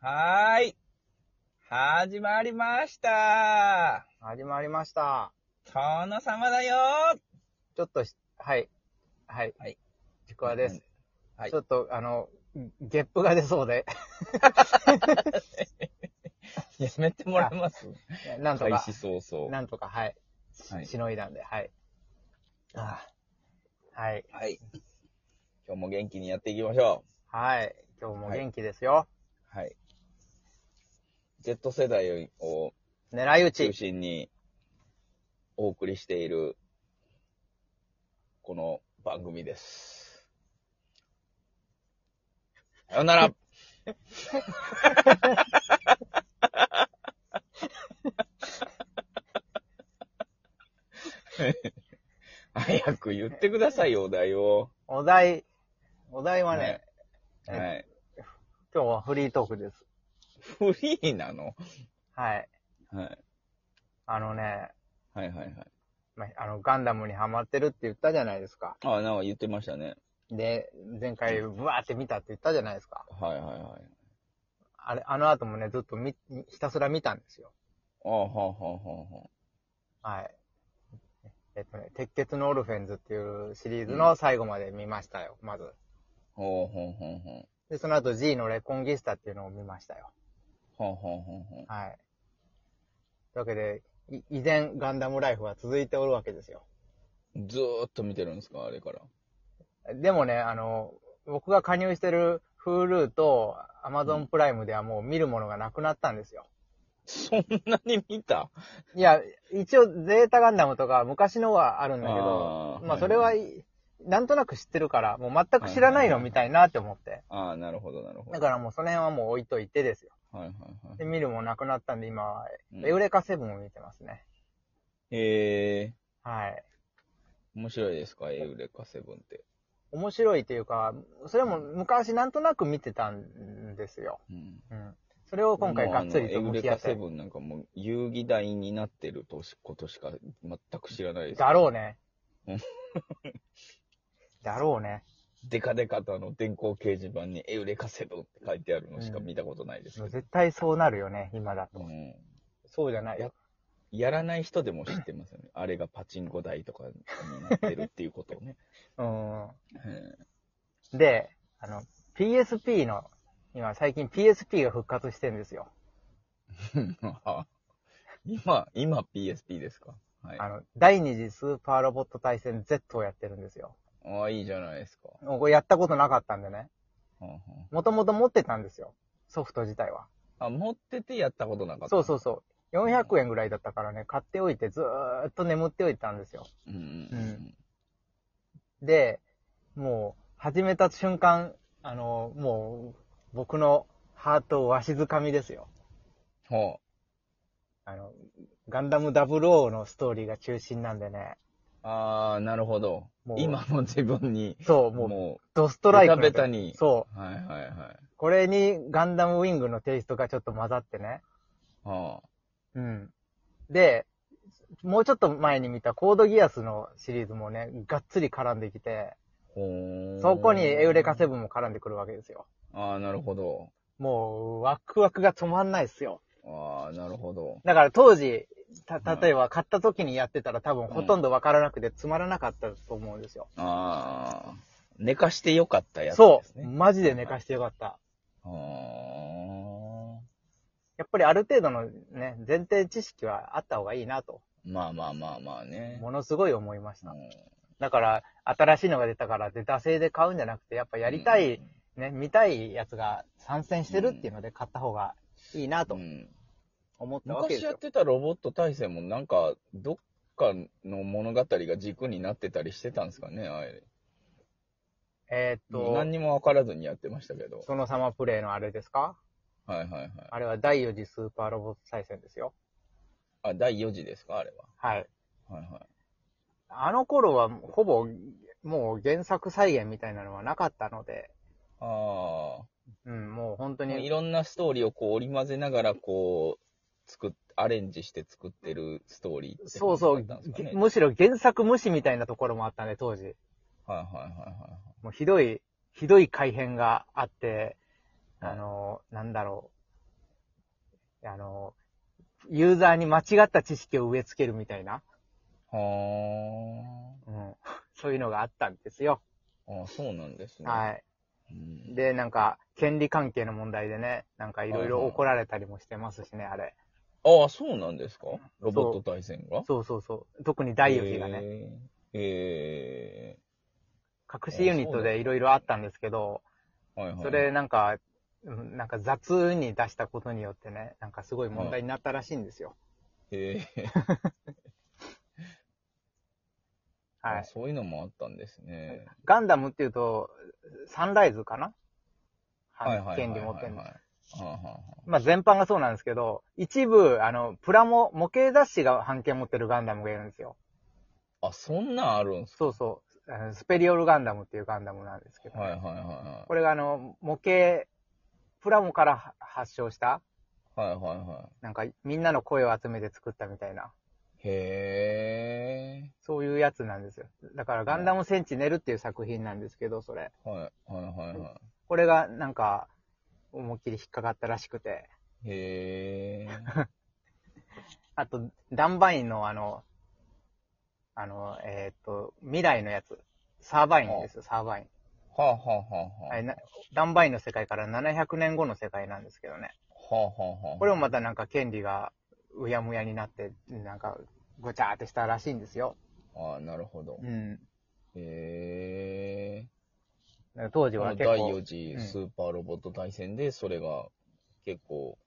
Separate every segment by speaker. Speaker 1: はーい。始まりました。
Speaker 2: 始まりました。
Speaker 1: 殿様だよ
Speaker 2: ちょっとし、はい。はい。
Speaker 1: はい。
Speaker 2: ちくわです。
Speaker 1: はい
Speaker 2: ちょっと、あの、ゲップが出そうで、
Speaker 1: やめてもらえます
Speaker 2: なんと
Speaker 1: 開
Speaker 2: か
Speaker 1: 始、早々。
Speaker 2: なんとか、はい。し
Speaker 1: はい
Speaker 2: しのいだんで、はい。ああはい。
Speaker 1: はい。今日も元気にやっていきましょ
Speaker 2: はい。今日も元気ですよ。
Speaker 1: う。はい。Z 世代を
Speaker 2: 狙い撃
Speaker 1: 中
Speaker 2: ち。
Speaker 1: 心にお送りしている、この番組です。さよなら早く言ってくださいよ、お題を。
Speaker 2: お題、お題はね、
Speaker 1: はい。はい
Speaker 2: 今日はフリートークです。
Speaker 1: フリーなの
Speaker 2: はい。
Speaker 1: はい。
Speaker 2: あのね、
Speaker 1: はいはいはい。
Speaker 2: まあの、ガンダムにハマってるって言ったじゃないですか。
Speaker 1: あ、なんか言ってましたね。
Speaker 2: で、前回、ブワーって見たって言ったじゃないですか。
Speaker 1: はいはいはい。
Speaker 2: あれ、あの後もね、ずっとみ、ひたすら見たんですよ。
Speaker 1: あはあはあはあはあ。
Speaker 2: はい。えっとね、鉄血のオルフェンズっていうシリーズの最後まで見ましたよ、まず。
Speaker 1: ほうほうほうほう。
Speaker 2: で、その後 G のレコンギスタっていうのを見ましたよ。
Speaker 1: ほうほうほうほう。
Speaker 2: はい。というわけで、い依然ガンダムライフは続いておるわけですよ。
Speaker 1: ずーっと見てるんですかあれから。
Speaker 2: でもね、あの、僕が加入してる Hulu と Amazon プライムではもう見るものがなくなったんですよ。
Speaker 1: そんなに見た
Speaker 2: いや、一応ゼータガンダムとか昔のはあるんだけど
Speaker 1: あ、ーは
Speaker 2: ま
Speaker 1: いはい
Speaker 2: あそれはい、なんとなく知ってるから、もう全く知らないのみたいなって思って。
Speaker 1: ああ、なるほど、なるほど。
Speaker 2: だからもうその辺はもう置いといてですよ。
Speaker 1: はいはい
Speaker 2: で、
Speaker 1: はい。
Speaker 2: 見るもなくなったんで今は、
Speaker 1: うん
Speaker 2: エウレカセブンを見てますね。
Speaker 1: へえ、
Speaker 2: はい。
Speaker 1: 面白いですかエウレカセブンって。
Speaker 2: 面白いというか、それも昔なんとなく見てたんですよ。
Speaker 1: うん。
Speaker 2: うん。それを今回がっつりと
Speaker 1: もうあのエ
Speaker 2: 向
Speaker 1: ウレ
Speaker 2: き合
Speaker 1: カ
Speaker 2: っ
Speaker 1: セ
Speaker 2: て。
Speaker 1: ブンなんかもう遊戯台になってるとしことしか全く知らないです。
Speaker 2: だろ うね
Speaker 1: うん。
Speaker 2: だろうね。
Speaker 1: デカデカとあの電光掲示板にエウレカセブンって書いてあるのしか見たことないです
Speaker 2: もう
Speaker 1: けど。
Speaker 2: 絶対そうなるよね、今だ
Speaker 1: う
Speaker 2: と。
Speaker 1: ん
Speaker 2: そうじゃない
Speaker 1: や。やらない人でも知ってますよね。あれがパチンコ台とかになってるっていうことを ね。
Speaker 2: うん。
Speaker 1: うん
Speaker 2: で、あの、PSP の、今最近 PSP が復活してんですよ。
Speaker 1: 今、今 PSP ですかはい。
Speaker 2: あ
Speaker 1: あ
Speaker 2: の、第二次スーパーロボット対戦 Z をやってるんですよ。
Speaker 1: あ、いいじゃないですか。
Speaker 2: もうこれやったことなかったんでね。
Speaker 1: はんはん
Speaker 2: もともと持ってたんですよ。ソフト自体は。
Speaker 1: あ、持っててやったことなかった。
Speaker 2: そうそうそう。400円ぐらいだったからね、買っておいてずーっと眠っておいたんですよ。
Speaker 1: う。うんう
Speaker 2: うんで、もう、始めた瞬間、あの、もう、僕のハートをわしづかみですよ。
Speaker 1: うん。は
Speaker 2: あの、ガンダム00のストーリーが中心なんでね。
Speaker 1: あ。ああ、なるほど
Speaker 2: も。う
Speaker 1: 今の自分に、
Speaker 2: そう、もう、
Speaker 1: も
Speaker 2: ドストライク。
Speaker 1: ベタベタに、
Speaker 2: そう
Speaker 1: はいはいは
Speaker 2: う。これにガンダムウィングのテイストがちょっと混ざってね。
Speaker 1: い。は
Speaker 2: うん。で、もうちょっと前に見たコードギアスのシリーズもね、がっつり絡んできて、
Speaker 1: あ。ほー
Speaker 2: そこにエウレカセブンも絡んでくるわけですよ。
Speaker 1: ああ、なるほど。
Speaker 2: もう、ワクワクが止まんないっすよ。
Speaker 1: ああ、なるほど。
Speaker 2: だから当時、た
Speaker 1: はい、
Speaker 2: 例えば買った時にやってたら多分ほとんどわからなくてつまらなかったと思うんですよ。
Speaker 1: ああ。寝かしてよかったやつ
Speaker 2: そ
Speaker 1: です
Speaker 2: う。
Speaker 1: ね。
Speaker 2: マジで寝かしてよかった。
Speaker 1: そう。ああ。
Speaker 2: やっぱりある程度のね、前提知識はあった方がいいなと、
Speaker 1: まあまあまあまあね。
Speaker 2: ものすごい思いました
Speaker 1: う。ん
Speaker 2: だから、新しいのが出たからで、惰性で買うんじゃなくて、やっぱやりたい、ね、見たいやつが参戦してるっていうので買った方がいいな
Speaker 1: う
Speaker 2: と
Speaker 1: ん。
Speaker 2: 思ったわけで
Speaker 1: 昔
Speaker 2: す
Speaker 1: や
Speaker 2: よ
Speaker 1: っ。てたロボット大戦もなんか、どっかの物語が軸になってたりしてたんですかね、あれ。
Speaker 2: えーっ
Speaker 1: 何
Speaker 2: と、
Speaker 1: にも分からずにやってましたけど。
Speaker 2: その様プレイのあれですか
Speaker 1: はいはいはい。
Speaker 2: あれは第4次スーパーロボット対戦ですよ。
Speaker 1: あ、第4次ですか、あれ
Speaker 2: はい。
Speaker 1: は。はいはい。
Speaker 2: あの頃はほぼ、もう原作再現みたいなのはなかったので、
Speaker 1: あ
Speaker 2: うん、もう本当
Speaker 1: あ。い
Speaker 2: に、
Speaker 1: ろんなストーリーをこう織り交ぜながら、こう、作っ、アレンジして作ってるストーリーって
Speaker 2: そ
Speaker 1: こ
Speaker 2: うそ
Speaker 1: と
Speaker 2: う、
Speaker 1: だったんですかね。
Speaker 2: げむしろ原作無視みたいなところもあったね、当時。
Speaker 1: はいはいは
Speaker 2: もうひどい、ひどい改変があって、あの、なんだろう。あの、ユーザーに間違った知識を植え付けるみたいな、
Speaker 1: は
Speaker 2: うん、 そういうのがあったんですよ。
Speaker 1: あ。ああ、そうなんですね。
Speaker 2: はい。
Speaker 1: い
Speaker 2: で、なんか、権利関係の問題でね、なんかいろい
Speaker 1: はい
Speaker 2: ろ
Speaker 1: はい
Speaker 2: 怒られたりもしてますしね、あれ。
Speaker 1: ああ、そうなんですかロボット大戦が
Speaker 2: そうそうそう。特に大吉がね、
Speaker 1: ね。え
Speaker 2: 隠しユニットでいろいろあったんですけど、
Speaker 1: ー、はいはい。
Speaker 2: それなんか、うんなんか雑に出したことによってね、なんかすごい問題になったらしいんですよ。
Speaker 1: えー、
Speaker 2: は
Speaker 1: あ
Speaker 2: い。
Speaker 1: そういうのもあったんですね。
Speaker 2: ガンダムっていうと、サンライズかな
Speaker 1: はい
Speaker 2: はい。権利持ってる
Speaker 1: は
Speaker 2: の。
Speaker 1: いはいはいはい。
Speaker 2: まあ全般がそうなんですけど、一部、あの、プラモ、模型雑誌が版権持ってるガンダムがいるんですよ。
Speaker 1: あ、そんなんあるんす
Speaker 2: そうそう。あのスペリオルガンダムっていうガンダムなんですけど、
Speaker 1: かはいはいはいは
Speaker 2: これがあの、模型、プラモからは発祥した、
Speaker 1: い。はいはいは
Speaker 2: なんかみんなの声を集めて作ったみたいな、
Speaker 1: い。へ
Speaker 2: そういうやつなんですよ。だからガンダムセンチネルっていう作品なんですけど、それ。
Speaker 1: ー。はいはいはいは
Speaker 2: これがなんか、思いっきり引っかかったらしくて。
Speaker 1: い。へ
Speaker 2: あと、ダンバインのあの、あの、えーっと、未来のやつ。サーバインですよ、サーバイン。
Speaker 1: ー。はあはあはあはあ。
Speaker 2: はい、なダンバインの世界から700年後の世界なんですけどね。
Speaker 1: はあはあはあ。
Speaker 2: これもまたなんか権利がうやむやになって、なんかごちゃーってしたらしいんですよ。
Speaker 1: ああ、なるほど。
Speaker 2: うん。
Speaker 1: へ
Speaker 2: 当時
Speaker 1: ー。こ
Speaker 2: は
Speaker 1: の
Speaker 2: 結
Speaker 1: 第4
Speaker 2: 構、
Speaker 1: 次
Speaker 2: うん
Speaker 1: スーパーロボット大戦で、それが結構、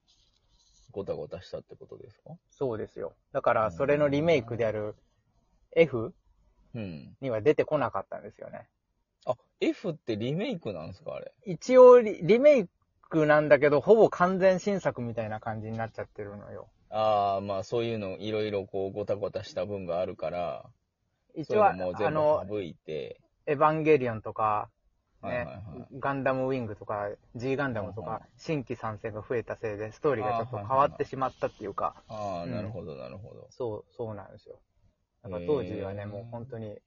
Speaker 1: ごたごたしたってことですか
Speaker 2: そうですよ。だからそれのリメイクである F
Speaker 1: うん。
Speaker 2: には出てこなかったんですよね。
Speaker 1: あ、F ってリメイクなんですかあれ。
Speaker 2: 一応リリメイクなんだけど、ほぼ完全新作みたいな感じになっちゃってるのよ。
Speaker 1: ああ、まあそういうの、いろいろこう、ごたごたした分があるから、
Speaker 2: 一
Speaker 1: そうい
Speaker 2: 応、あ
Speaker 1: うのもう全部
Speaker 2: の、
Speaker 1: 省いて、
Speaker 2: エヴァンゲリオンとか、ね
Speaker 1: はいはいはい。
Speaker 2: ガンダムウィングとか、G ガンダムと
Speaker 1: はい
Speaker 2: か
Speaker 1: は、
Speaker 2: 新規参戦が増えたせいで、ストーリーがちょっと変わってしまったっていうか、
Speaker 1: ああ、
Speaker 2: うん
Speaker 1: なるほど、なるほど。
Speaker 2: そう、そうなんですよ。だから
Speaker 1: へー
Speaker 2: 当時はね、もう本当に、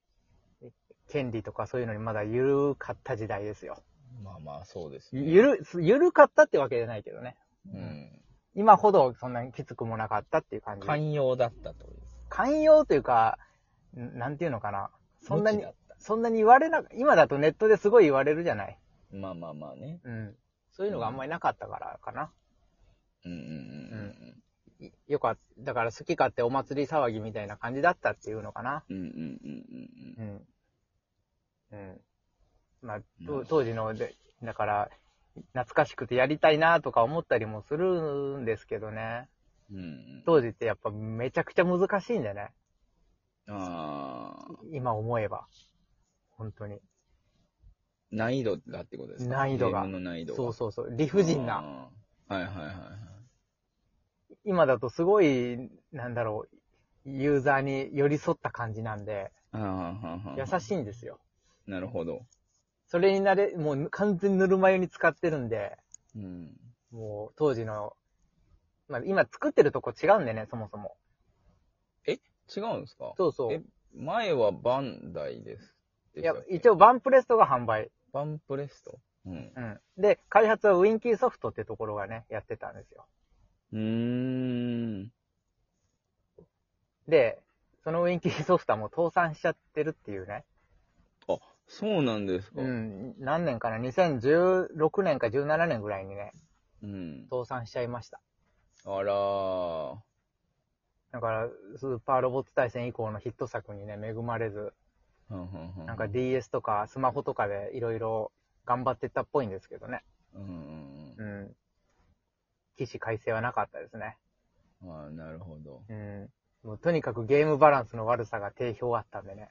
Speaker 2: 権利とかそういうのにまだ緩かった時代ですよ。
Speaker 1: まあまあ、そうですね。
Speaker 2: ゆる、緩かったってわけじゃないけどね。
Speaker 1: うん。
Speaker 2: 今ほどそんなにきつくもなかったっていう感じ。
Speaker 1: 寛容だったってことです。
Speaker 2: 寛容というか、んなんていうのかな。そんな
Speaker 1: 無
Speaker 2: に
Speaker 1: 知だ、った
Speaker 2: そんなに言われな、今だとネットですごい言われるじゃない。
Speaker 1: まあまあまあね。
Speaker 2: うん。そういうのがあんまりなかったからかな。
Speaker 1: うんうん
Speaker 2: いよかった。だから好き勝手お祭り騒ぎみたいな感じだったっていうのかな。
Speaker 1: うんうん。うんうんうんうん
Speaker 2: う
Speaker 1: うん。
Speaker 2: ん。うん。まあ、
Speaker 1: なるほ
Speaker 2: と
Speaker 1: ど
Speaker 2: 当時ので、だから、懐かしくてやりたいなとか思ったりもするんですけどね。
Speaker 1: うん
Speaker 2: 当時ってやっぱめちゃくちゃ難しいんだよね。
Speaker 1: うん。ああ、
Speaker 2: 今思えば。本当に。
Speaker 1: 難易度だってことですか
Speaker 2: 難易度が
Speaker 1: ゲームの難易度が。
Speaker 2: そう
Speaker 1: そ
Speaker 2: そうそう。理不尽な。
Speaker 1: な。はいはいはいはい。
Speaker 2: 今だとすごい、なんだろう、ユーザーに寄り添った感じなんで、
Speaker 1: ああ、はんはん
Speaker 2: 優しいんですよ。
Speaker 1: い。なるほど。
Speaker 2: それになれ、もう完全にぬるま湯に使ってるんで、
Speaker 1: うん。
Speaker 2: もう当時の、まあ今作ってるとこ違うんでね、そもそも。
Speaker 1: 違うんですか
Speaker 2: そうそ
Speaker 1: え
Speaker 2: う。
Speaker 1: 前はバンダイです。
Speaker 2: いや、
Speaker 1: 応
Speaker 2: 一応バンプレストが販売。
Speaker 1: バンプレスト。うん。
Speaker 2: うん。で、開発はウィンキーソフトってところがね、やってたんですよ。
Speaker 1: うーん。
Speaker 2: で、そのウィンキーソフトはもう倒産しちゃってるっていうね。
Speaker 1: そうなんですか。
Speaker 2: う。ん。何年かな ?2016 年か17年ぐらいにね、
Speaker 1: うん、
Speaker 2: 倒産しちゃいました。
Speaker 1: あらー。
Speaker 2: だから、スーパーロボット対戦以降のヒット作にね、恵まれず、
Speaker 1: ふんふんふん
Speaker 2: なんか DS とかスマホとかでいろいろ頑張ってったっぽいんですけどね。
Speaker 1: うんうん
Speaker 2: うん。起死回生はなかったですね。
Speaker 1: うん。ああ、なるほど。
Speaker 2: うん。もうとにかくゲームバランスの悪さが定評あったんでね。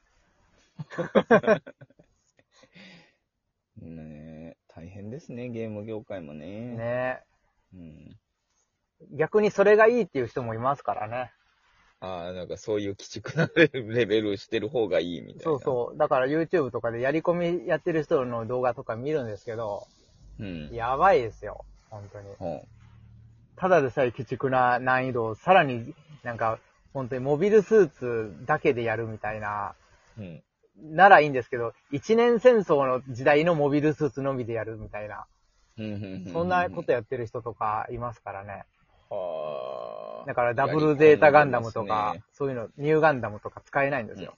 Speaker 1: ねえ大変ですね、ゲーム業界もね。
Speaker 2: ね
Speaker 1: うん。
Speaker 2: え。逆にそれがいいっていう人もいますからね。
Speaker 1: ああ、なんかそういう鬼畜なレベルしてる方がいいみたいな。
Speaker 2: そうそう。だから YouTube とかでやり込みやってる人の動画とか見るんですけど、
Speaker 1: う。うん。
Speaker 2: やばいですよ。本当に。
Speaker 1: ほ
Speaker 2: ただでさえ鬼畜な難易度をさらになんか、本当にモビルスーツだけでやるみたいな、
Speaker 1: う。うん。
Speaker 2: ならいいんですけど、一年戦争の時代のモビルスーツのみでやるみたいな、
Speaker 1: うん。
Speaker 2: そんなことやってる人とかいますからね。
Speaker 1: は
Speaker 2: だからダブルゼータガンダムと
Speaker 1: や
Speaker 2: か、
Speaker 1: り込んでま
Speaker 2: そういうの、ニューガンダムとか使えないんですよ。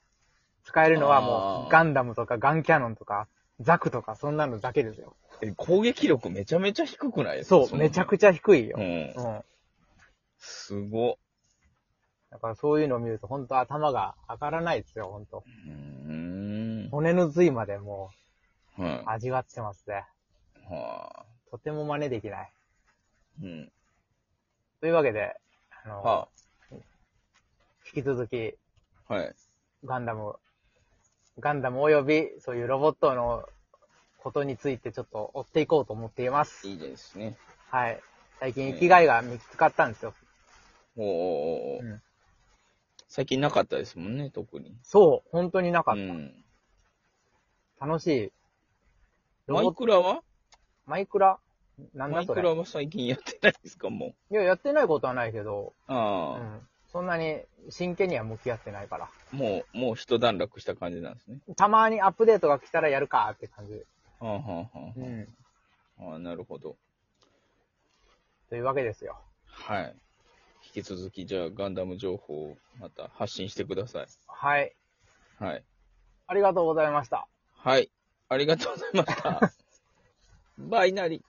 Speaker 2: 使えるのはも
Speaker 1: あ
Speaker 2: う、
Speaker 1: ー
Speaker 2: ガンダムとかガンキャノンとか、ザクとか、そんなのだけですよ。
Speaker 1: え、攻撃力めちゃめちゃ低くないですか
Speaker 2: そう、めちゃ
Speaker 1: ち
Speaker 2: くちゃ低いよ。
Speaker 1: う
Speaker 2: うん。
Speaker 1: ん。すごっ。
Speaker 2: だからそういうのを見ると、本当頭が上がらないですよ、本当
Speaker 1: うーん。
Speaker 2: 骨の髄までも
Speaker 1: は
Speaker 2: う、味わってますね。
Speaker 1: い。は
Speaker 2: とても真似できない。
Speaker 1: い。うん。
Speaker 2: というわけで、あの、
Speaker 1: は
Speaker 2: 引き続き、
Speaker 1: あ。はい。
Speaker 2: ガンダム、ガンダム及び、そういうロボットのことについてちょっと追っていこうと思っています。
Speaker 1: いいですね。
Speaker 2: はい。最近
Speaker 1: うん
Speaker 2: 生きがいが見つかったんですよ。
Speaker 1: おーおーおー
Speaker 2: うん
Speaker 1: 最近なかったですもんね、特に。
Speaker 2: そう、本当になか
Speaker 1: う
Speaker 2: っ
Speaker 1: ん。
Speaker 2: た。楽しい。ロ
Speaker 1: マ
Speaker 2: ボ
Speaker 1: イ
Speaker 2: ット、
Speaker 1: クラは
Speaker 2: マイクラなん
Speaker 1: マ
Speaker 2: だ
Speaker 1: イ
Speaker 2: そ
Speaker 1: ク
Speaker 2: れ。
Speaker 1: ラは最近やってないですか、も
Speaker 2: いや、やってないことはないけど、
Speaker 1: う。
Speaker 2: う
Speaker 1: あ
Speaker 2: ん。そんなに真剣には向き合ってないから。
Speaker 1: あ、もう、もう一段落した感じなんですね。
Speaker 2: たまにアップデートが来たらやるかって感じ。
Speaker 1: はあ、はあは
Speaker 2: う
Speaker 1: あは
Speaker 2: ん。
Speaker 1: あ、ああなるほど。
Speaker 2: というわけですよ。
Speaker 1: はい。引き続き、じゃあ、ガンダム情報をまた発信してください。
Speaker 2: はい。
Speaker 1: はい。
Speaker 2: ありがとうございました。
Speaker 1: はい。ありがとうございました。バイナリ。